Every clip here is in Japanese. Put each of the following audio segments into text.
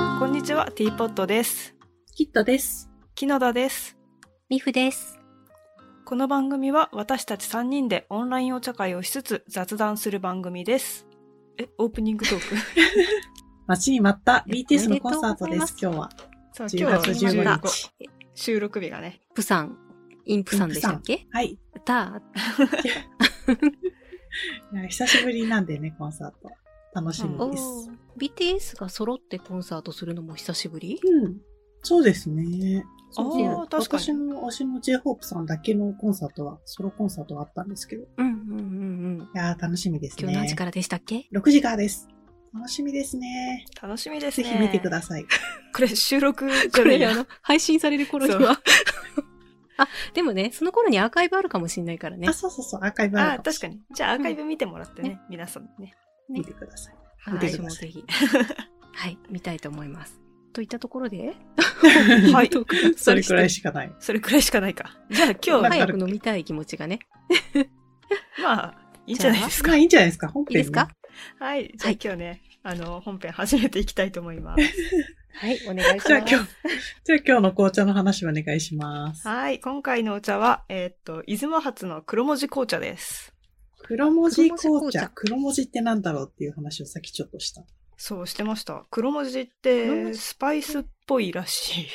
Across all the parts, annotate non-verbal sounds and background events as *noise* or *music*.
はティーポットです。キットです。木野田です。ミフです。この番組は私たち3人でオンラインお茶会をしつつ雑談する番組です。え、オープニングトーク待ちに待ったえ BTS のコンサートです、今日は。 *laughs* そう、 10今月日は15 15日。収録日がね。プサン。インプサンでしたっけはい。い *laughs* た、や久しぶりなんでね、コンサート。楽しみおですー。BTS が揃ってコンサートするのも久しぶりうん。そうですね。あーそうそう確かに私の推しの J-Hope さんだけのコンサートは、ソロコンサートはあったんですけど。いうんうんうんうん。やー、楽しみですね。今日何時からでしたっけ6時からです。楽しみですね。楽しみですぜね。ひ見てくだささい。い。これ収録じこゃねえれ、 *laughs* あや。の、配信される頃には。 *laughs* あ、でもね、その頃にアーカイブあるかもしれないからねあ、。そうそうそう、アーカイブあある、かも確しかれないに。じゃあアーカイブ見てもらってね、皆さんね。見てください。はい見てくださ私もぜひ。 *laughs* はい、見たいと思います。といったところで、はいトークが *laughs* それくらいしかない。それくらいしかないか。じゃあ今日、はい早く飲みたい気持ちがね。まあ、いいんじゃないですか。まあいいんじゃないですか、本い編いですかはい。じゃあ今日ね、あの、本編始めていきたいと思います。はい、お願いじゃあ今日、じゃあ今日の紅茶の話お願いします。はい。今回のお茶は、えーっと、出雲発の黒文字紅茶です。黒文字黒紅文字紅茶。茶黒文字ってなんだろうっていう話をさっきちょっとした。そう、してました。黒文字っ黒文て、字スパイスっぽいら *laughs* しい。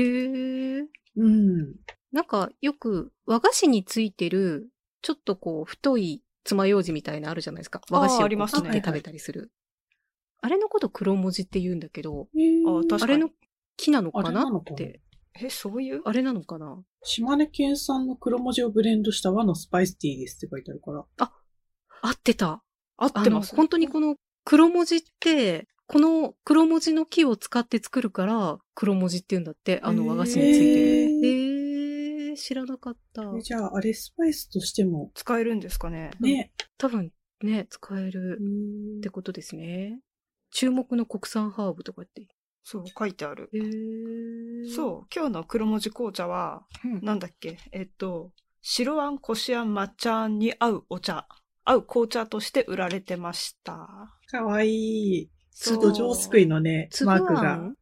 へー。うん。なんかよく和菓子についてる、ちょっとこう太い爪楊枝みたいなあるじゃないですか。あー和菓子あをりこまうす切ねって食べたりする。あれのこと黒文字って言うんだけど、あ確かあにれの木なのかあれななのっかなて。え、そういうあれなのかな島根県産の黒文字をブレンドした和のスパイスティーですって書いてあるから。合ってた。合っあての、ます本当にこの黒文字って、この黒文字の木を使って作るから、黒文字って言うんだって、あの和菓子についてる。へえー、知らなかった。えじゃあ、あれスパイスとしても、使えるんですかね。ね。多分ね、使える。ってことですね。注目の国産ハーブとかって。そう、書いてある。へーそう、今日の黒文字紅茶は、うん。なんだっけ、えーっと、白あん、こしあん、抹茶あんに合うお茶、合う紅茶として売られてました。かわいい。ちそょうっと上すくいのね、つぶマあーんクが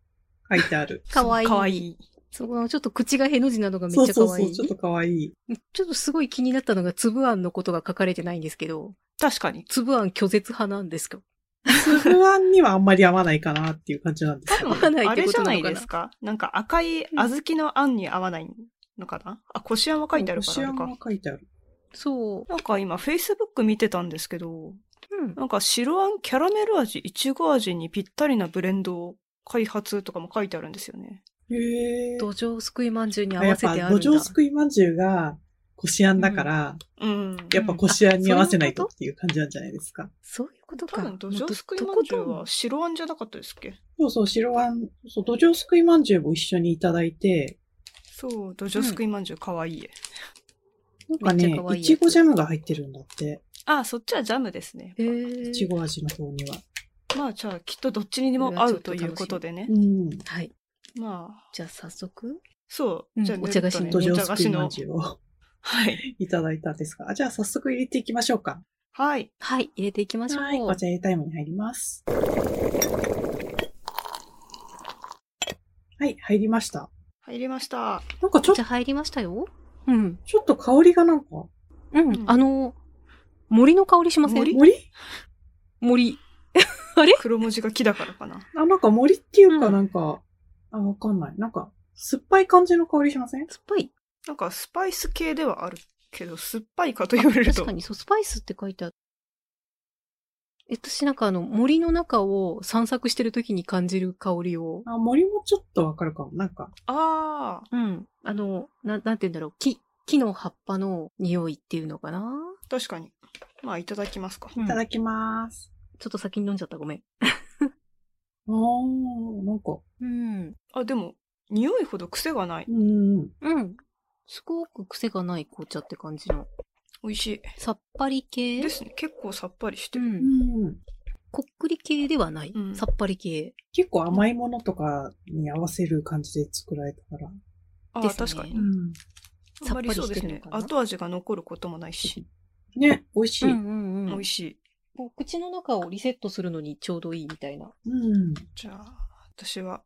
書いてある。かわいいかわいい。そこのちょっと口がへの字なのがめそっうちゃそ可うそう、愛い。ちょっとかわいい。ちょっとすごい気になったのが、つぶあんのことが書かれてないんですけど、確かに。つぶあん拒絶派なんですか不安にはあんまり合わないかなっていう感じなんですけ多ど。合わない分、あってれこじゃとなのかなないですかなんか赤い小豆のあんに合わないのかなあ、こしあんは書いてあるからあれこしあかん。が書いてある。そう。なんか今、フェイスブック見てたんですけど、うん。なんか白あんキャラメル味、いちご味にぴったりなブレンドを開発とかも書いてあるんですよね。へえ。土壌すくいまんじゅうに合あやわっせてぱあるんだ。土壌すくいまんじゅうが、こしあんだから、うん。やっぱこしあんに合わせないとっていう感じなんじゃないですか。そういうこと多か。分、土壌すくいまんじゅうは白あんじゃなかったですっけそうそう、白あん、そう、土壌すくいまんじゅうも一緒にいただいて、そう、土壌すくいまんじゅうかわいい。なんかめっねちゃ可、愛いいやつちごジャムが入ってるんだって、あ、そっちはジャムですね。へいちーご味の方には。まあ、じゃあ、きっとどっちにでも合うということでねう。ん。はい。まあ、じゃあ早速。そう。うんじゃあね、お茶菓子にお土壌茶す菓くい子まのん。じゅうをはい。いただいたんですが、あじゃあ早速入れていきましょうか。はい。はい、入れていきましょう。はい、お茶入れタイムに入ります。はい、入りました。入りました。なんかちょっとお茶、入りましたよ。うん。ちょっと香りがなんか、うん、うんあの、森の香りしません森森森。黒文字が木だからかな。あ、なんか森っていうか、うんなんか、あ、わかんない。なんか、酸っぱい感じの香りしません酸っぱい。なんか、スパイス系ではあるけど、酸っぱいかと言われる確とか。に、そう、スパイスって書いてある。え、私なんかあの、森の中を散策してる時に感じる香りを、あ、森もちょっとわかるかも。なんか、ああ、うん。あの、なん、なんて言うんだろう、木、木の葉っぱの匂いっていうのかな確かに。まあ、いただきますか。うんいちたょだきます。っと先に飲んじゃった、ごめん。あー、なんか、うん。あ、でも、匂いほど癖がない。うん。うん。すごく癖がない紅茶って感じの。美味しさっぱりい。系ですね。結構さっぱりしてう。る。うんん。こっくり系ではない。うんさっぱり系。結構甘いものとかに合わせる感じで作られたから。ああ、です確ねかに。ん。あんまりそうですさっぱりしてるのねか。な後味が残ることもないし。ね、美味しい。うん。ん美味しい。こう口の中をリセットするのにちょうどいいみたいな。じゃあ、私は、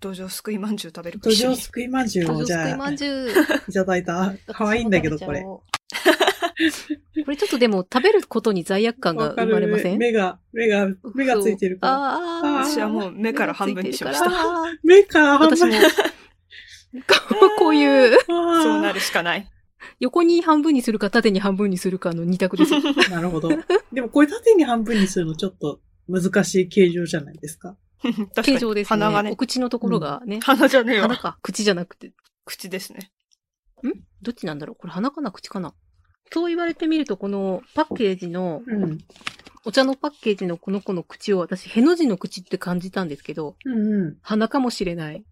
土壌すくいまんじゅう食べるか土一緒壌にすくいまんじゅうを土壌じすくいゃまあ、んじゅう。いただいた。 *laughs* 可愛いんだけど、これ。こ *laughs* れちょっとでも食べることに罪悪感が生まれません目が、目が、目がついてるから。ああ。 *laughs* 私はもう目から半分にしまし目た。がつい目からてるから。半分。、*laughs* 私も *laughs* こういう、あーそうなるしかない。 *laughs* 横に半分にするか縦に半分にするかの二択です。なるほど。でもこれ縦に半分にするのちょっと難しい形状じゃないですか。確かに形状ですね。鼻がねお。口のところがね。鼻じゃねえよ鼻。か。口じゃなくて。ん口ですね。どっちなんだろうこれ鼻かな口かなそう言われてみると、このパッケージの、うん。お茶のパッケージのこの子の口を私、への字の口って感じたんですけど、うんうん。鼻かもしれない。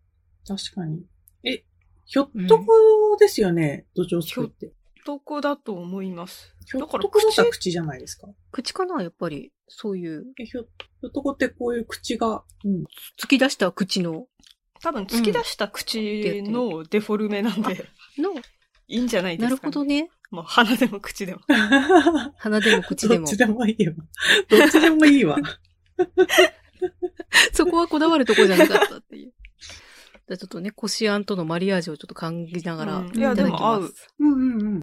確かに。え、ひょっとこですよね、土壌すくいって。どこだと思います。ひょっだからとこだったら口じゃないですか。口かなやっぱり、そういう、えひょひょっとこってこういう口が、うん。突き出した口の、多分突き出した口のデフォルメなんで、の、いいんじゃないでなするか、ほね。どね。もう鼻でも口でも。鼻でも口どでっ *laughs* も。ちでもいいわ。どっちでもいいわ。そこはこだわるとこじゃなかったっていう。じゃあちょっとね、こしあんとのマリアージュをちょっと感じながら、うんいただきいやでます。も合ううんうんうん。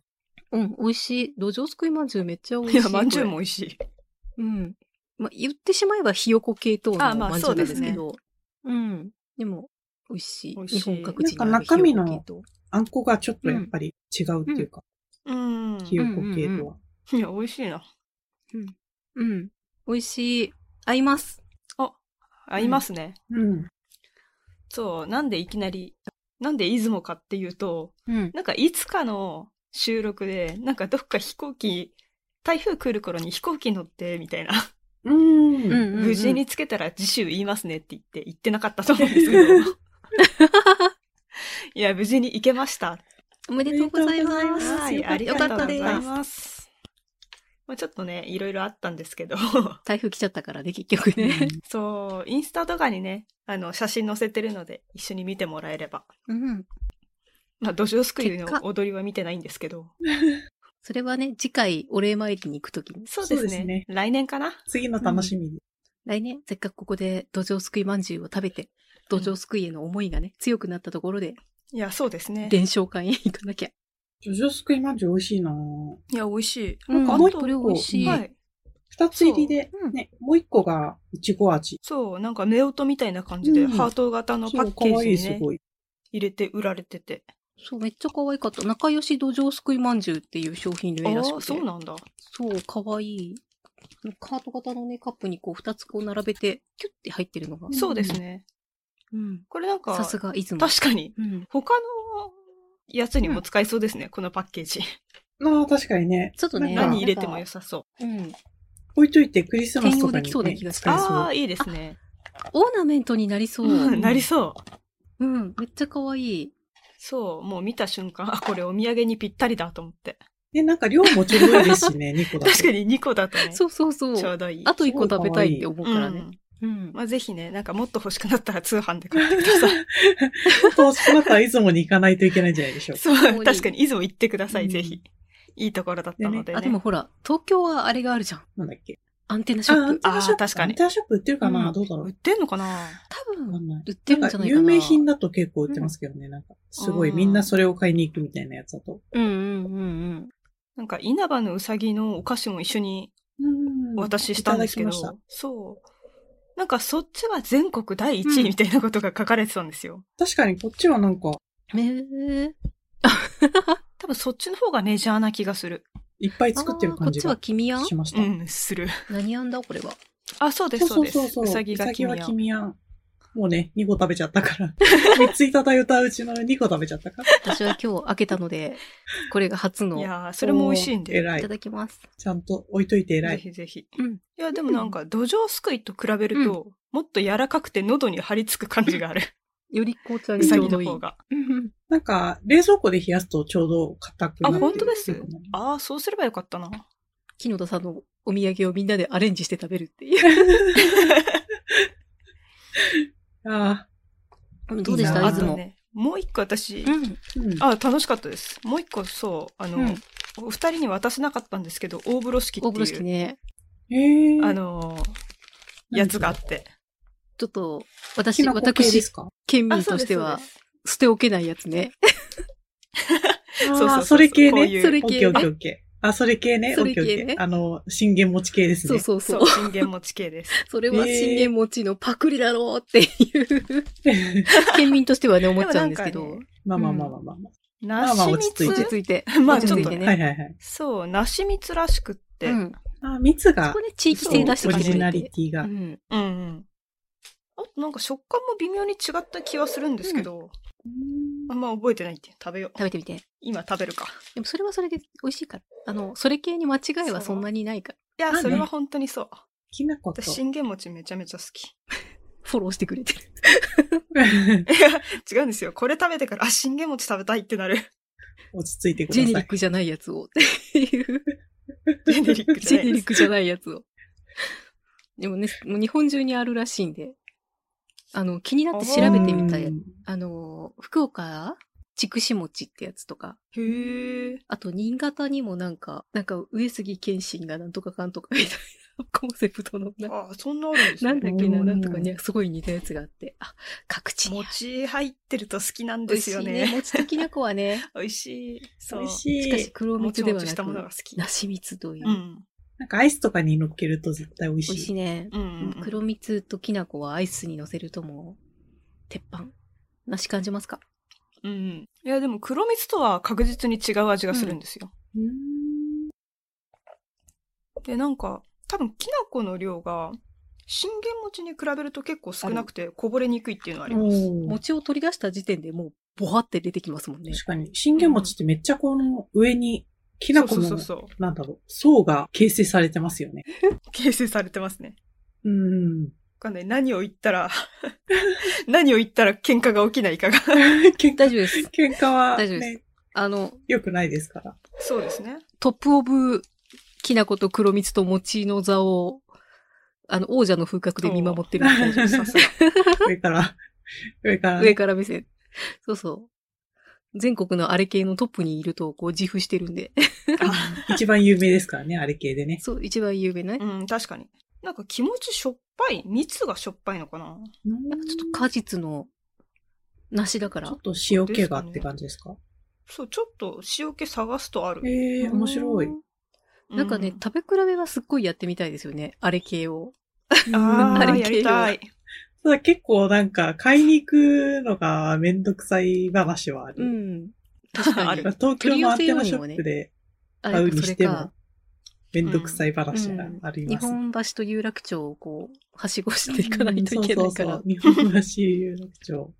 うん、美味しい。土壌すくいまんじゅうめっちゃ美味いしい。や、まんじゅうこも美味しい。れ。うん。まあ、言ってしまえばひよこ系統あのまあまんじゅうなんですけど。うん。でも、美味しい。美味しい日本各地にあるなんか中身のひよこ系統あんこがちょっとやっぱり違うっていうか、うん。ひよこ系とは。いや、美味しいな。うん。美味しい。合います。合いますね。うん。そう、なんでいきなり、なんで出雲かっていうと、うん。なんかいつかの収録で、なんかどっか飛行機、台風来る頃に飛行機乗って、みたいな。うん。うんうんうん無事につけたら次週言いますねって言って、言ってなかったと思うんですけど。いや、無事に行けました。おめでとうござおめいでとうございまますす。はい、ありよがかとっうごたざいです。ます。まあ、ちょっとね、いろいろあったんですけど、台風来ちゃったからね、結局ね。そう、インスタとかにね、あの、写真載せてるので、一緒に見てもらえれば。うん。まあ、土壌すくいの結果踊りは見てないんですけど、それはね、次回お礼参りに行くときに。そうですそうねですね来年かな次の楽しみに。来年、せっかくここで土壌すくいまんじゅうを食べて、土壌すくいへの思いがね、強くなったところで、いや、そうですね。伝承会へ行かなきゃ。ジョジョすくいまんじゅう美味しいなぁいや、美味しい。うんなんかもうあ一と個美味しいはい。二つ入りでそうう、んね、もう一個がいちご味。そう、なんか目音みたいな感じで、うんハート型のパそう、ッかケーわジいい、にすね、ごい。入れて売られてて。そう、めっちゃ可愛かった。仲良し土壌すくいまんじゅうっていう商品のあ絵らしくあ、て。そうなんだ。そう、可愛い。カート型のね、カップにこう、二つこう並べて、キュッて入ってるのが。そうですね。うん。これなんか、さす確が、出雲。かに、うん。他のやつにも使えそうですね、このパッケージ。ああ、確かにね。ちょっとねな何んか入れても良さそう。うん。置いといてクリスマスとか兼用できにそうなね気がする使えそうああ、。いいですね。オーナメントになりそう。うんなりそそう。う。うん。めっちゃ可愛い。そう、もう見た瞬間、あ、これお土産にぴったりだと思って。ね、なんか量もちょうどいいですしね、2個だと。確かに2個だとね、そうそうそちょう。うどいい。あと一個食べたいって思うからうね。んうん。まあ、ぜひね、なんかもっと欲しくなったら通販で買ってください。そうしまったら出雲に行かないといけないんじゃないでしょうか。そここう、に確かに、出雲行ってください、うんぜひ。いいところだったのでね。あ、でもほら、東京はあれがあるじゃん。なんだっけ。アンテナシあ、ョアッンプ。テナショップ。あー確かにアンテナショップ売ってるかな、うんどうだろ売っう。てんのかな多わか分、んない。売ってるんじゃない有かな。名品だと結構売ってますけどね、なんか。すごい、うんみんなそれを買いに行くみたいなやつだと。うんうんうんなんか、稲葉のうさぎのお菓子も一緒にうんお渡ししたんですけど、いただきましそう。なんか、そっちは全国第1位みたいなことが書かれてたんですよ。た確かにこっちはなんか、うん。へえ。多分、そっちの方がメジャーな気がする。いっぱい作ってるあーこ感っじちはが君あんしました。うん、する。何あんだこれは。あ、そうです、そうです。うさぎがうさぎ君はや。君やん。もうね、2個食べちゃったから。3ついただいたうちの2個食べちゃったから。私は今日開けたので、これが初の。いいや *laughs* ーそれも美味しいんで。偉たい。だきます。ちゃんと置いといて偉ぜい。ひぜひ。うんいや、でもなんか、土壌すくいと比べると、もっと柔らかくて喉に張り付く感じがある。より紅茶うにちさょぎうどのいい。方が。うん *laughs* うんなんか、冷蔵庫で冷やすとちょうど硬くなってあ、る本当ですよくなるああ、そうすればよかったな。木野田さんのお土産をみんなでアレンジして食べるっていう。あどうでしいいなたあいつとも。ね、もう一個私、うん。ー、うん。あ楽しかったです。もう一個、そう、あの、うんお二人に渡せなかったんですけど、大風呂敷って大風呂い敷う、ね。へえ。あのー、やつがあって。ちょっと、き私、なこ系で私、すか県あ民そうですとしてはそうです捨ておけないやつね。うあそうーそれ系こういね。うそれオッ系ケーオッケーね。オッケー。あ、それ系ね。オそッれケ系ーねオッケー。あの、信玄持ち系ですそうね。そうそそうう、。信玄餅系です。それはえー信玄餅のパクリだろうっていう、 *laughs* 県民としてはね、思っちゃうんですけでもどなん。 *laughs* まあまあまあまあまあままあまあ梨落ち着い落ち蜜着いて。 *laughs* まあ落ちちょっ着といあ。てはいはいね。はい。そう、梨蜜らしくって。ううんん。あ、蜜がそこ、で地域性出してオくれリてるジナリティがう。ん。うん。あとなんか食感も微妙に違った気はするんですけど、あんま覚えてないって。食べよう。食べてみて。今食べるか。でもそれはそれで美味しいから。あの、それ系に間違いはそんなにないかいや、ら。まあねそれは本当にそう。きなこと。私、信玄餅めちゃめちゃ好き。フォローしてくれてる。いや、違うんですよ。これ食べてから、あ、信玄餅食べたいってなる。落ち着いてくだジェネさリ *laughs* ッい。クじゃないやつ *laughs* をっていう。ジェネリックじジゃなェネいでリッす。クじゃないやつを。でもね、もう日本中にあるらしいんで、あの、気になって調べてみたうい。んあの、福岡筑紫餅ってやつとか、へえ。あと新潟にもなんか、なんか上杉謙信がなんとかかんとかみたいなコンセプトのな、あ、そんなあるんですねなんだっけな、うんなんとかね、すごい似たやつがあって、あ、各地にある。餅入ってると好きなん美で味すしよいね。餅的な子はね、美味しい。そ美う。味い。しい。しかし黒もち蜜もではちなしたものがく、好き。梨蜜というう。ん。なんかアイスとかに乗っけると絶対美味美味ししいい。ね。うんうんうん。黒蜜ときな粉はアイスに乗せるともう、鉄板。梨感じますかうん。いや、でも黒蜜とは確実に違う味がするんですよ。うんで、なんか、多分きな粉の量が、信玄餅に比べると結構少なくてこぼれにくいっていうのはあります。おー餅を取り出した時点でもう、ボワって出てきますもん *laughs* ね。確かに。信玄餅ってめっちゃこの上に、きなそうこそうそのう、そう。なんだろう、層が形成されてますよね。形成されてますね。うん。わかんない。何を言ったら、 *laughs* 何を言ったら喧嘩が起きないかが。喧嘩大丈夫です。喧嘩は、大丈夫でね、あの、良くないですから。そうですね。トップオブ、きな粉と黒蜜と餅の座を、あの、王者の風格で見守ってるみたいな。さすが。 *laughs* 上から、上からね、上から目線。そうそう。全国のあれ系のトップにいると、こう自負してるんで。一番有名ですからね、あれ系でね。そう、一番有名なね。うん、確かに。なんか気持ちしょっぱい蜜がしょっぱいのかななんかちょっと果実の梨だからちょ。っと塩気がって感じですかそう、ちょっと塩気探すとある。ええー、面白い。なんかね、う食べ比べはすっごいやってみたいですよね。あれ系を。あああ、れや系りたい。ただ結構なんか、買いに行くのがめんどくさい話はあうる。ん。確かあに *laughs* る。東京のアンテナショップであ買うれにそれしてかも、、めんどくさい話があり日ます。本橋と有楽町をこう、はしごしていかないといけないかうらん。そうそうそう日本橋有楽町。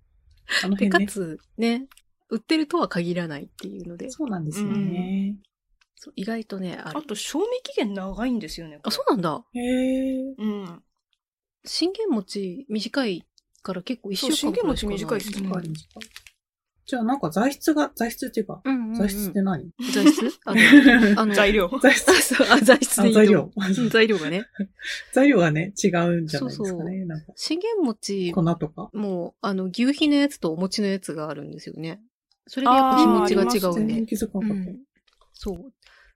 あので、辺 *laughs* かね。つ、ね、売ってるとは限らないっていうので、そうなんですよね。そう意外とね、あある。と、賞味期限長いんですよね。あ、そううなんだ。へえ。うん。信玄餅短いから結構一週間そうくらいし信か玄餅短いです確ねかないにじゃあなんか材質が、材質っていうか、うんうんうん。材質って何材質あの、あの材料。 *laughs* 材質あそうあ材質でいいとあ材思う料。うん材料がね。材料がね、違うんじゃないですかね。そうそうなんか信玄餅粉とか。もう、あの、牛皮のやつとお餅のやつがあるんですよね。それでやっぱ日持ちが違あーあうり全んま然で。気づかうなかった。ん、そう。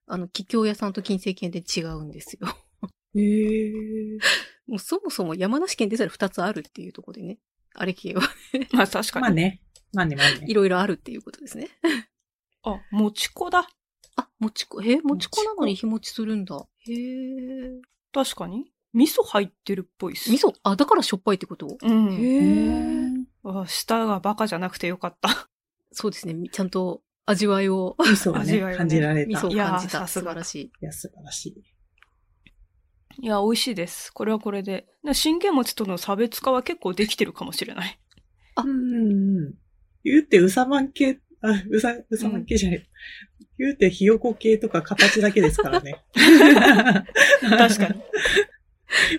あの、桔梗屋さんと金星犬で違うんですよ。 *laughs* へえ。もうそもそも山梨県でさえ2つあるっていうところでね。あれ系は *laughs* まあ、確かまあに。ね。まあね、まあねい。ろいろあるっていうことですね。あ、もち粉だ。あ、餅粉、え餅粉なのに餅日持ちするんだ。へえ。確かに。味噌入ってるっぽいっす。味噌あ、だからしょっぱいってことうん。うへえ。んあ、舌がバカじゃなくてよかった。そうですね。ちゃんと味わいを、味噌が味わいをね、ね感じられ味た。噌をいいやー感じた。さす素が晴らしい。や、素晴らしい。 *laughs* いや、美味しいです。これはこれで。で信玄餅との差別化は結構できてるかもしれ *laughs* ない。あうんうんうん。言うて、うさまん系、あ、うさ、うさまん系じゃない。言うて、ひよこ系とか形だけですからね。確 *laughs* かに。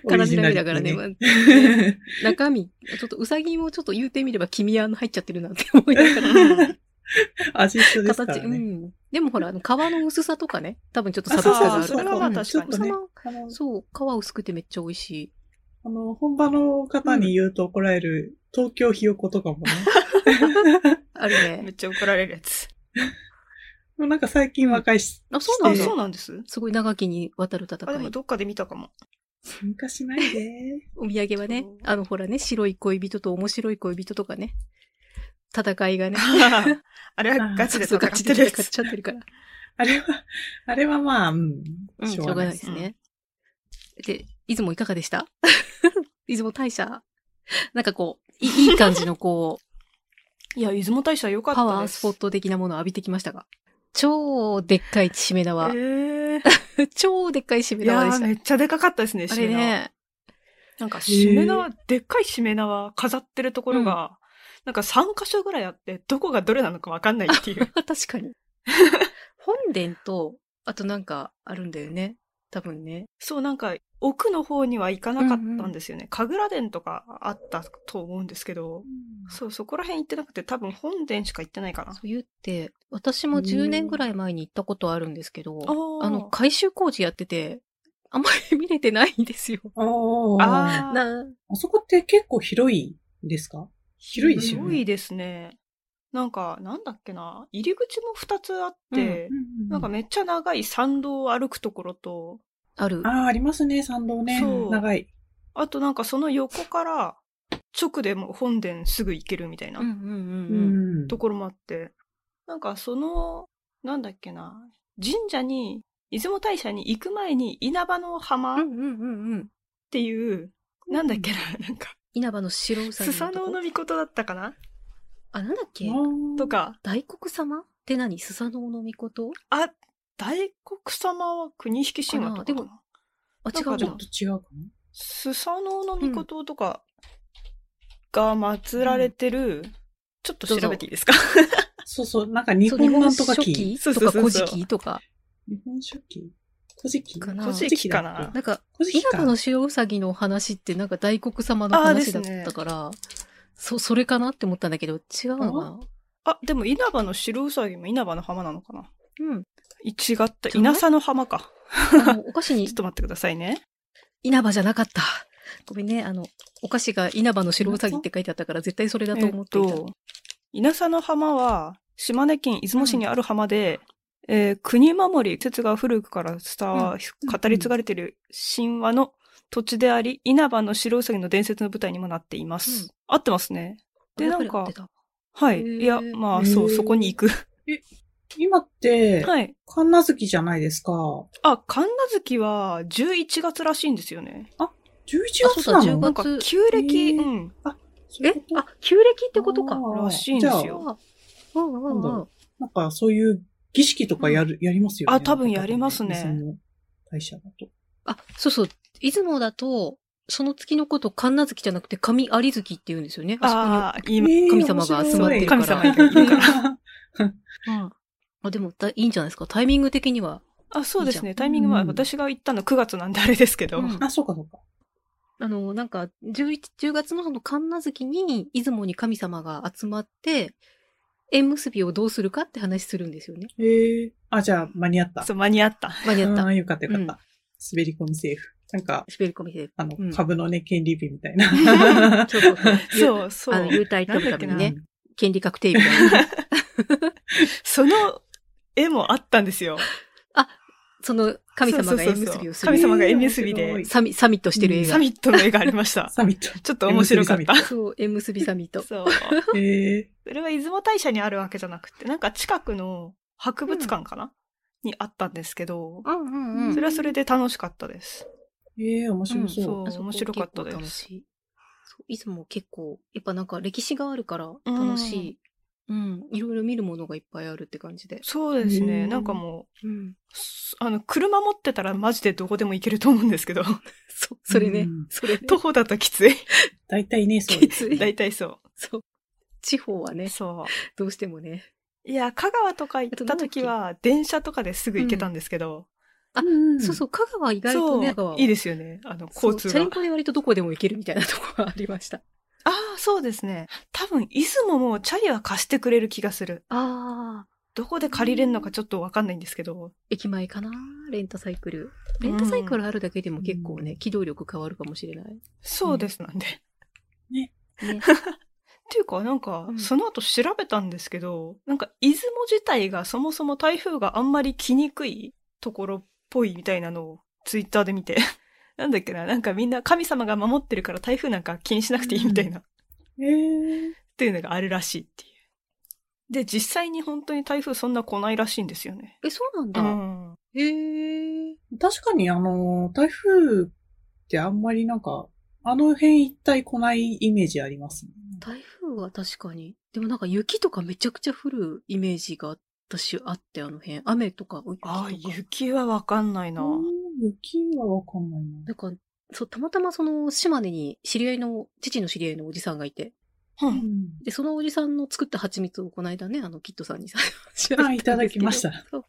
からじらみだから *laughs* ね。オリジナリティね。まあ中身、ちょっとうさぎもちょっと言うてみれば君は入っちゃってるなって思いながら。 *laughs* 味一緒ですから形、うね。ん。でもほら、あの皮の薄さとかね、多分ちょっと差あ別そう化そう、そがあるれから。はまあ確かちょっとに。ねそあののそう、皮薄くてめっちゃ美味しい。あの、本場の方に言うと怒られる、東京ひよことかもね。あるめっね。ちゃ怒られるやつ。でもなんか最近若いし、あ、そうなあ、んしてだそう。なんですすごい長きにわたる戦あ、でも *laughs* い。どっかで見たかも。参加しないで。お土産はねそう、あの、ほらね、白い恋人と面白い恋人とかね、戦いがね、あれはガチでそう戦ってるや買っつ。ちゃってるから。あれは、あれはまあ、うんうん、しょうがないですね。で、出雲いかがでした *laughs* 出雲大社。なんかこう、いいい感じのこう、いや、出雲大社良かったパです。ワースポット的なものを浴びてきましたが。超でっかいしめ縄。え *laughs* 超でっかいしー、めいや *laughs* 縄でーした。めっちゃでかかったですね、あしれめ縄。ね、 *laughs* なんか、しめ縄、でっかいしめ縄飾ってるところが、なんか3箇所ぐらいあって、どこがどれなのかわかんないって *laughs* いう。確かに。本殿と、あとなんかあるんだよね。多分ね。そう、なんか、奥の方には行かなかったんですよね。神楽殿とかあったと思うんですけど、そう、そこら辺行ってなくて、多分本殿しか行ってないかなそ。う言って、私も10年ぐらい前に行ったことあるんですけど、ーあの、改修工事やってて、あんまり見れてないんで *laughs* すよ。おーあー、なあそこって結構広いですか広いですすよごね。いですね。なんか、なんだっけな、入り口も2つあって、なんかうんめっちゃ長い参道を歩くところと、ある。ああ、ありますね、参道ね。そう長い。あとなんかその横から直でもう本殿すぐ行けるみたいなうんうんううんうん。ん。ところもあって、なんかその、なんだっけな、神社に、出雲大社に行く前に稲葉のう浜っんうんうんうん。ていう、なんだっけな、なんか、稲葉の白うさぎスサのとノオこ。ノミコトだったかなあ、なんだっけとか、大黒様って何スサノオノミコトあ、大黒様は国引神話とかかなでかもな。あ、違うなんちかょなっ。と違うかスサノオノミコトとかが祀られてる、ちょっと調べていいですかな。そうそう、なんか日そう本なんとか書記。とそうそうかそう古そう事記とか。日本書紀古事記かな古事記かななんか、古事記稲葉か。の白うさぎの話ってなんか大黒様のあーで話すだっねたから、そ、それかなって思ったんだけど、違うのかなあ、でも稲葉の白うさぎも稲葉の浜なのかなうん。違った。稲佐の浜か。あの、お菓子ちょにっと待ってくださいね。稲葉じゃなかった。ごめんね。あの、お菓子が稲葉の白うさぎって書いてあったから、絶対それだと思っていた。えっと稲佐の浜は、島根県出雲市にある浜で、えー国守り説が古くから伝わ、語り継がれている神話の土地であり、稲葉の白うさぎの伝説の舞台にもなっています。うん合ってますね。でなんかやっぱり合ってたはい。へーいや、まあ、そう、へーそこに *laughs* 行く。今って、はい。神無月じゃないですか。あ、神奈月は11月らしいんですよね。 11月あなそうだのなんか、月旧暦、へーうん、そういえうことあ、旧暦ってことあか。ーらしいんですよじゃあうんなうんだんうんろ。なんかそういう儀式とかやる、やりますよね。あ多分やりますねなんか多分。その会社だと。あ、そうそう。出雲だと、その月のこと、神奈月じゃなくて、神有月って言うんですよね。あああ、今、えー神様が集まってるから神様 *laughs* がいるから。そこに。うん。あ、でもだ、いいんじゃないですか。タイミング的には。あ、そうですいね。タイミングは、うん私が行ったの9月なんであれですけど。う *laughs* んあ、そうかそうか。あの、なんか、11、10月のその神奈月に、出雲に神様が集まって、縁結びをどうするかって話するんですよね。えー、あ、じゃあ間に合っ *laughs* た。そう、間に合った。間に合っ *laughs* た。ああ、よかったよかった。うん滑り込みセーフ。なんか、滑り込みで。あの、うん株のね、権利日みたいな。そうそうそう。そう、そあの、う。優待取るなためにんだっね、権利確定日みたい *laughs* な。その絵もあったんですよ。その神様がそう縁そうそう結びをす神る。様が縁結びでえー面白いサミ、サミットしてる映サ画。ミットの絵がありました。 *laughs* サミット。ちょっと面白かっ縁結びサミッた。そう、縁結びサミッ *laughs* そト。う。えそれは出雲大社にあるわけじゃなくて、なんか近くの博物館かな、にあったんですけど、うんうんうんそれはそれで楽しかったです。ー、えー、面白そう。そう面白かったですす。そういつも結構、やっぱなんか歴史があるから楽しい。うん。いろいろ見るものがいっぱいあるって感じで。そうですうね。んなんかもうん。う、すあの、車持ってたらマジでどこでも行けると思うんですけど、そ、それうねん。それね。徒歩だときつい。大体ね、そうきです。つい。大体そそう。地方はう。ね、そう。どうしてもね。いや、香川とか行った時は、電車とかですぐ行けたんですけど、あんそうそう、香川意外とそう、ね、香川はいいですよね。あの、そう交通チャリンが。コで割とどこでも行けるみたいなとこがありました。ああ、そうですね。多分、出雲もチャリは貸してくれる気がする。ああ。どこで借りれるのかちょっとわかんないんですけど。駅前かなレンタサイクル。レンタサイクルあるだけでも結構ね、うん機動力変わるかもしれない。 *laughs* そうです、なんで。っね、ていうか、なんかう、んその後調べたんですけど、なんか、出雲自体がそもそも台風があんまり来にくいところっぽいみたいなのを、ツイッターで見て。 *laughs* なんだっけな、なんかみんな神様が守ってるから台風なんか気にしなくていいみたいな、っえー、ていうのがあるらしいっていう。で、実際に本当に台風そんな来ないらしいんですよね。え、そうなんうだ。ん。へえ。確かにあの、台風ってあんまりなんか、あの辺一体来ないイメージありますね。台風は確かに。でもなんか雪とかめちゃくちゃ降るイメージが私あって、あの辺。雨とか雪とか。ああ、雪はわかんないな。うん雪はわかんないな。なんか、そう、たまたまその島根に知り合いの、父の知り合いのおじさんがいて、ううんんで、そのおじさんの作った蜂蜜をこの間ね、あの、キットさんにさ、。あいただきましたそう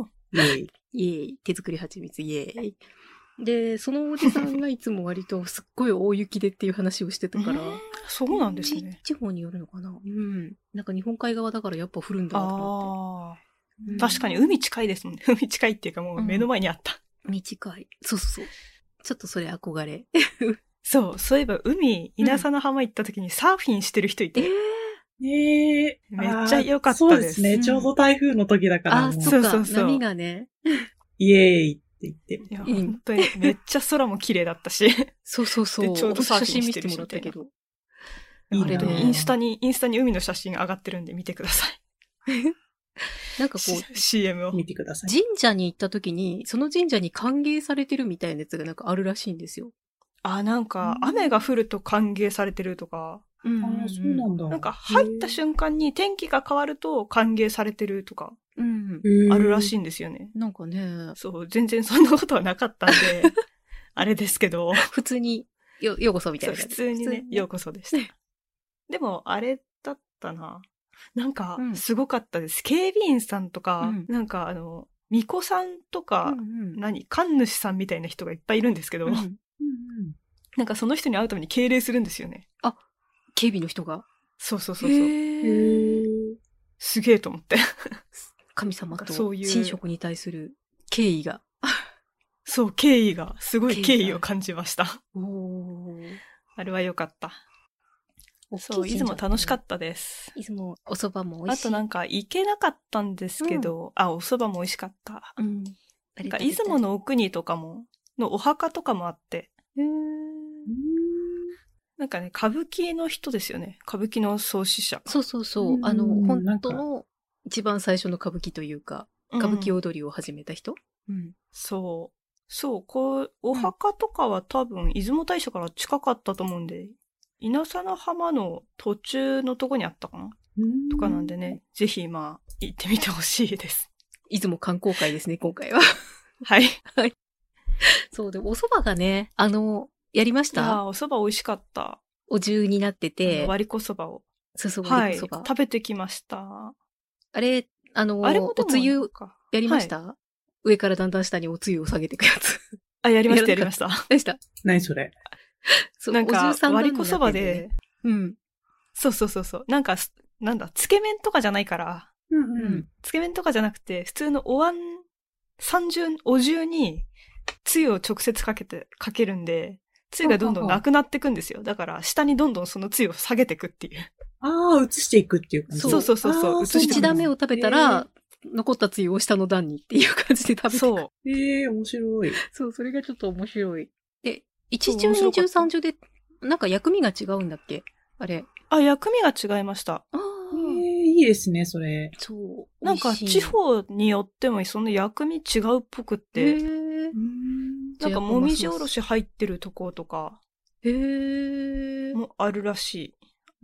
おーイエイイエーイ。手作り蜂蜜、イエーイ。で、そのおじさんがいつも割とすっごい大雪でっていう話をしてたから、うんそうなんですね。地地方によるのかなうん。なんか日本海側だからやっぱ降るんだなと思っああ。て。うん確かに海近いですもんね。 *laughs* 海近いっていうかもう目の前にあった。短い。そうそうそう。ちょっとそれ憧れ。そう、そういえば海、稲佐の浜行った時にサーフィンしてる人いて。ねえめっちゃ良かったですあーそうですうね。んちょうど台風の時だから、ああ、もうそっかそうそうそう波がね。イエーイって言って。いや、いい本当にめっちゃ空も綺麗だったし。そうそうそう。でちょうどサーフ写ィン真見してるせてしもらったけど。いいあれなだねインスタに、インスタに海の写真上がってるんで見てください。なんかこう、 CM を。見てください。神社に行った時に、その神社に歓迎されてるみたいなやつがなんかあるらしいんですよ。あ、なんか、うん雨が降ると歓迎されてるとか、うんああ、そうなんだ。なんか入った瞬間に天気が変わると歓迎されてるとか、うん。あるらしい。いんですよね。なんかね、そう、全然そんなことはなか *laughs* ったんで、あれですけど、普通に、よ、ようこそみたそいうな感普じ。通にね、ようここそでした。でも、あれだったな。なんかう、んすごかったです。警備員さんとか、うんなんかあの、巫女さんとそかう、んうん何、神主さんみたいな人がいっぱいいるんですけど、うんうんうんなんかその人に会うために敬礼するんですよね。警備の人が。そうそうそうそう。へへえ。ーすげえと思って。神様とそういう神職に対する敬意が。そう、敬意が、すごい敬敬意意がを感じました。おー。あれは良かった。そう、出雲楽しかったです。いつもお蕎麦も美あ味しい。となんか行けなかったんですけど、あ、お蕎麦も美味しかった。うん。なんか出雲の奥にとかも、のお墓とかもあって、なんかね、歌舞伎の人ですよね。歌舞伎の創始者。そうそうそうう。んあの、うん本当の一番最初の歌舞伎というか、歌舞伎を。踊りを始めた人うん。そう。そう、こう、お墓とかは多分、出雲大社から近かったと思うんで、稲佐の浜の途中のとこにあったかなうんとかなんでね、ぜひ、まあ、行ってみてほしいです。出雲観光会ですね、今回は。 *laughs* はい。そうで、お蕎麦がね、あの、やりましいやたーお蕎麦美味しかった。お重になってあのて、割りこ蕎麦を。すそばはでい。お蕎麦。食べてきました。あれ、あの、あれもでおもつゆか。やりました、上からだんだん下におつゆを下げていくや *laughs* つ。あ、やりました、ややらりなまかした。でした。何それそうなんおか重さ、ん割段りにこなっててそばで、うん。そうそうそうそう。なんか、すなんだ、つけ麺とかじゃないから、うんうん。つけ麺とかじゃなくて、普通のお椀、三重、お重に、つゆを直接かけて、かけるんで、つゆがどんどんなくなってくんですよ。だから、下にどんどんそのつゆを下げてくっていう。ああ、移していくっていう感じ。そうそうそうそうあー移していく一段目を食べたらえ、残ったつゆを下の段にっていう感じで食べてそう。ー、えー面白い。そう、それがちょっと面白い。で、そう一重面二白か重った三重で、なんか薬味が違うんだっけあれ。あ、薬味が違いました。ああ、えー、いいですね、それ。そう。なんか、美味し地い方によっても、その薬味違うっぽくっへて、ーうんなんか、じゃあもみじおろし入ってるとことか、へーもあるらし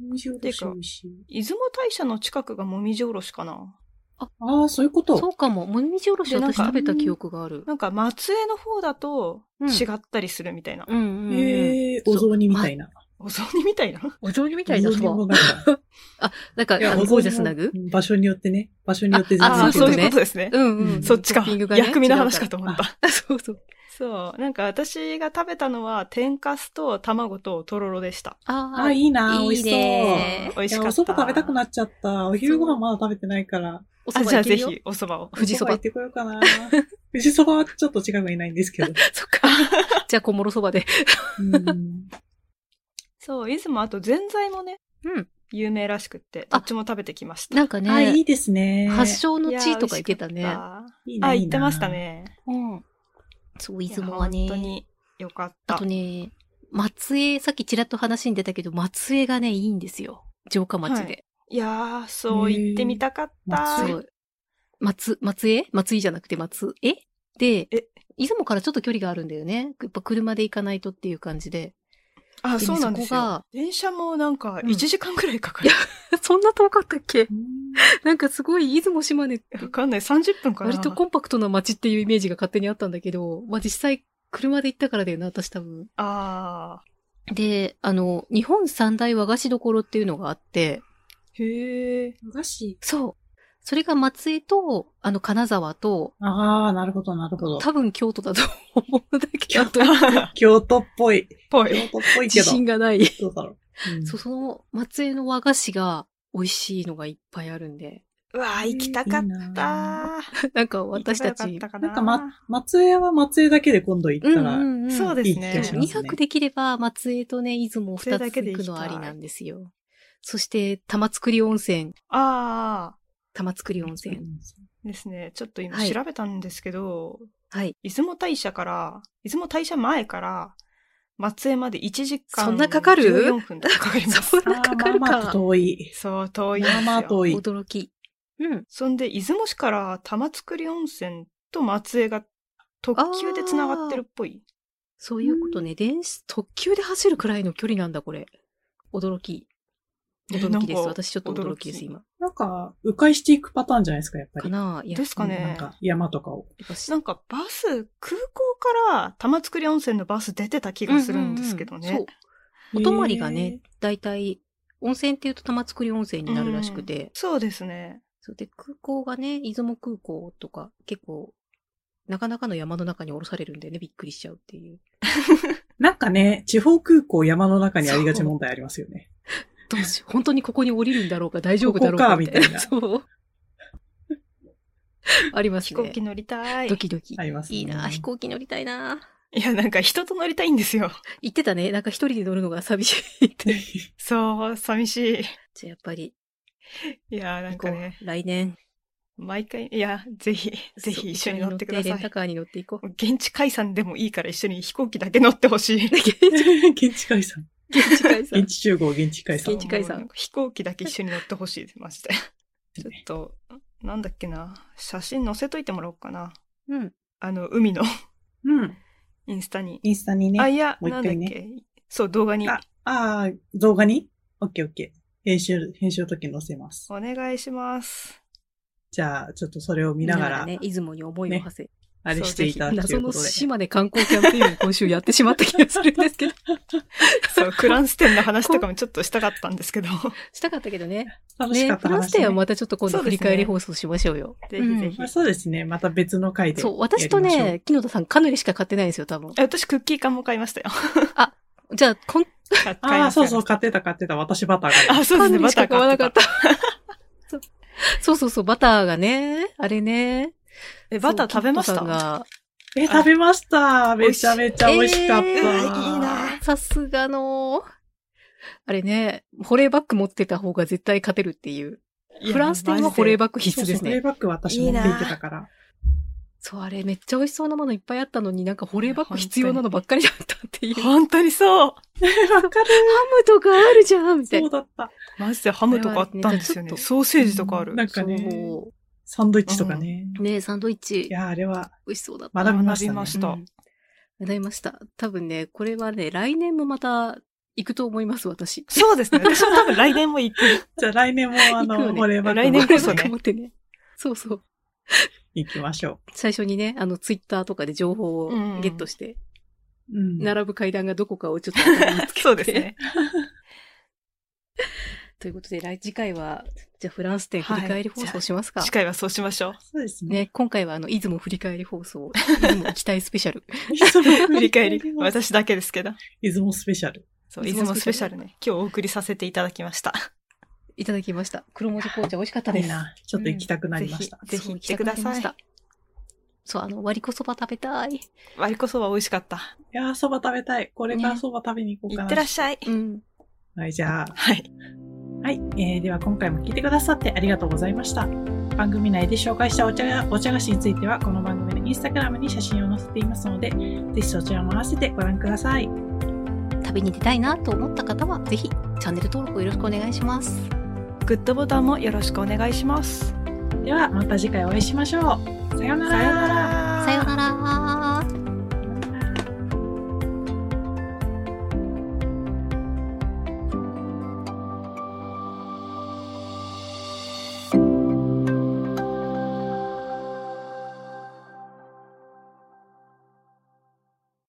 面白い。てか美味しいい。出雲大社の近くがもみじおろしかな。ああ、そういうこと。そうかも。もみじおろしでなん私か食べた記憶がある。なんか、松江の方だとうん違ったりするみたいな。うんうんうん。ええー、お雑煮みたいな。お雑煮みたいなお雑煮みお雑煮も *laughs* なんかなんか、あいやの、おゴ雑ージャ煮スな具も場所によってね。場所によって全然ああ違あ、うけそどうねいうことですね。うんうん。そっちか。トッピングがね薬味の話かと思っ。違うた。らそうそう。そう。なんか私が食べたのは、天かすと卵ととろろでした。ああ、いいな、美味しそう。いね美味しや、かおった。蕎麦食べたくなっちゃった。お昼ご飯まだ食べてないから。お蕎あ、麦じゃ行あけぜるよひ、お蕎麦を。富士蕎お蕎麦行っ麦。てこようか *laughs* な。富士蕎麦はちょっと近くにいないんですけど。そっか。 *laughs* じゃあ、小諸蕎麦で。 *laughs* うん。そう、出雲、あと、ぜんざいもね、うん。有名らしくって、あどっちも食べてきました。なんかあ、いね、いですね。発祥のいやー地とか行けた美味ねし。かったいいなあ、い行いなってましたね。うん。そう、出雲は本ね当。に、よかっあたと。ね、松江、さっきちらっと話に出たけど、松江がね、いいんですよ。城下町で。いやー、そう言ってみたかっはた。いそう。松、松江松井じゃなくて松江でえ、出雲からちょっと距離があるんだよね。やっぱ車で行かないとっていう感じで。あ、でそうなんですそよこが。電車もなんかうん1時間くらいかかる。 *laughs* そんな遠かったっけうんなんかすごい、出雲島根ってわかんない。30分かな。割とコンパクトな街っていうイメージが勝手にあったんだけど、まあ、実際車で行ったからだよな、私多分。あで、あの、日本三大和菓子どころっていうのがあって、ー。へえ。和菓子。そう。それが松江と、あの、金沢と、ああ、なるほど、なるほど。多分京都だと思うんだけ *laughs* ど、 *laughs* 京都っぽい。ぽ京い。都っぽいけど。自信がない。どうだろう。うんそう、その松江の和菓子が美味しいのがいっぱいあるんで、 *laughs* うわー、行きたかった。なんか私た行ちけばよかっ、かなんかま松江は松江だけで今度行ったら、うんそうですいいねで気がもし2ますね。泊できれば、松江とね、出雲それ2だつけで行行きくたいのはありなんですよ。そして、玉造温泉、あ玉造温泉。ーですね。ちょっと今はい調べたんですけど、はい。出雲大社から、出雲大社前から、松江まで1時間。そんなかかる ?14 分とかかかります。 *laughs* そんあなーかかるまあまあか。遠い。そう、遠いんですまあよ。まあ遠い。驚き。うん。そんで、出雲市から玉造温泉と松江が特急で繋がってるっぽい。そういうことね。電子、特急で走るくらいの距離なんだ、これ。驚き。え驚きです。なんか私ちょっと驚きです、驚き今。なんか、迂回していくパターンじゃないですか、やっぱかり。なぁ。いやで、すかね。なんか、山とかを。やっぱしなんかバス、空港から玉造温泉のバス出てた気がするんですけどね。うんうんうんそう。お泊まりがね、だいたい、温泉っていうと玉造温泉になるらしくて、うんそうですね。そうで、空港がね、出雲空港とか、結構、なかなかの山の中に降ろされるんでね、びっくりしちゃうっていう。なんかね、地方空港山の中にありがち問題ありますよね。どうしよう。本当にここに降りるんだろうか、大丈夫だろうここか、かみたいな。みたそう。あります飛ね。行機乗りたい。ドキドキ。ありますねいいなあ飛行機乗りたいなあいや、なんか人と乗りたいんですよ。 *laughs* 言ってたね。なんか一人で乗るのが寂しい *laughs* って。そう、寂しじゃあやっぱり、い。いや、な行んこかう。ね、来年。毎回、いや、ぜひ、ぜひ一緒に乗ってくだそう一さ緒に乗レンタい。カーに乗っていこう。現地解散でもいいから一緒に飛行機だけ乗ってほし *laughs* い。 *laughs* 現地解散。現地解散現。地集合、現地解散現。地解散もうなんか飛行機だけ一緒に乗ってほしい、マジで。ちょっと、なんだっけな、写真載せといてもらおうかな。うん。あの、海の *laughs* うん。インスタに。インスタにあ、ね。いや、もう一なんだっ回ねけ。そう、動画にあああ、動画にオッケーオッケー。編集、編集の時に載せます。お願いします。じゃあ、ちょっとそれを見ながら、ね、出雲に思いを馳せ。あれしていただくとい謎うこのとで。島根観光キャンペーンを今週やってしまった気がするんですけど。そう、クランステンの話とかもちょっとしたかったんですけど、したかったけどね。楽しね、かったフランス話、でね。はまたちょっと今度振り返り放送しましょうよ。ぜひぜひ。まあ、そうですね。また別の回で。そう、私と、ね、木野田さんカヌレしか買ってないんですよ、多分。え私、クッキー缶も買いましたよ。じゃあ、こん買いましたああ、そうそう、買ってた買ってた。私バターが。あ、そうでカすヌね、レバしタかー買買わっなてかたっ。た。 *laughs* そうそうそうそう、バターがね、あれね。え、バター食べましそう木野田たさんがえ、食べました。めちゃめちゃ美味しかった。えーいいなさすがの、あれね、保冷バッグ持ってた方が絶対勝てるっていう。フランス店は保冷ばバッグ必そ須うそでうすプレイね。バック私持って行ってたから。 *laughs* そう、あれめっちゃ美味しそうなものいっぱいあったのになんか保冷バッグ必要なのばっかりだったっていう。ハ本当にそう。わかる。ムとかあるじゃんみたいそなう。だった。マジでハムとかあったんですよこれはねちょね。っとソーセージとかある。なんかね、そサンドイッチとかね。うねサンドイッチい、や、あれは美味しそうだった。学びま学しびたまね。した。うん学びました。多分ね、これはね、来年もまた行くと思います、私。そうですね。私も多分来年も行く。じゃあ来年もあ行くよの、ね保冷バ *laughs* ッグ来年こそ持ねって持ってね。 *laughs* そうそう。行きましょ最初にね、あの、ツイッターとかで情報をうんゲットして、う。うん。並ぶ階段がどこかをちょっと頭につけて。そう *laughs* ですね。ということで、来次回は、じゃあフランス展振り返り放送します *laughs* か。次回はそうしま *laughs* しょう。そうですね。ね、今回はあの、出雲振り返り放 *laughs* 送、出雲期待スペシャル。振振り返り。 *laughs* 私だけですけど。出雲スペシャル。そう、出出雲雲ススペペシシャャルルね。今日お送りさせていただきま *laughs* した。いただきました。黒文字紅茶美味しかったいでいす。な。ちょっと行きたくなりました。ぜひ行ってくださいそう。そう、あの、割りこそば食べたい。割りこそば美味しかった。いやー、そば食べたい。これからそば食べに行こうかいな。ってらっしゃい。うん。はい、じゃあ。はい。はい。えーでは今回も聞いてくださってありがとうございました。番組内で紹介したお茶がお茶菓子については、この番組のインスタグラムに写真を載せていますので、ぜひそちらも合わせてご覧ください。旅に出たいなと思った方は、ぜひチャンネル登録をよろしくお願いします。グッドボタンもよろしくお願いします。では、また次回お会いしましょう。さようなさようなら。ら。さようなら。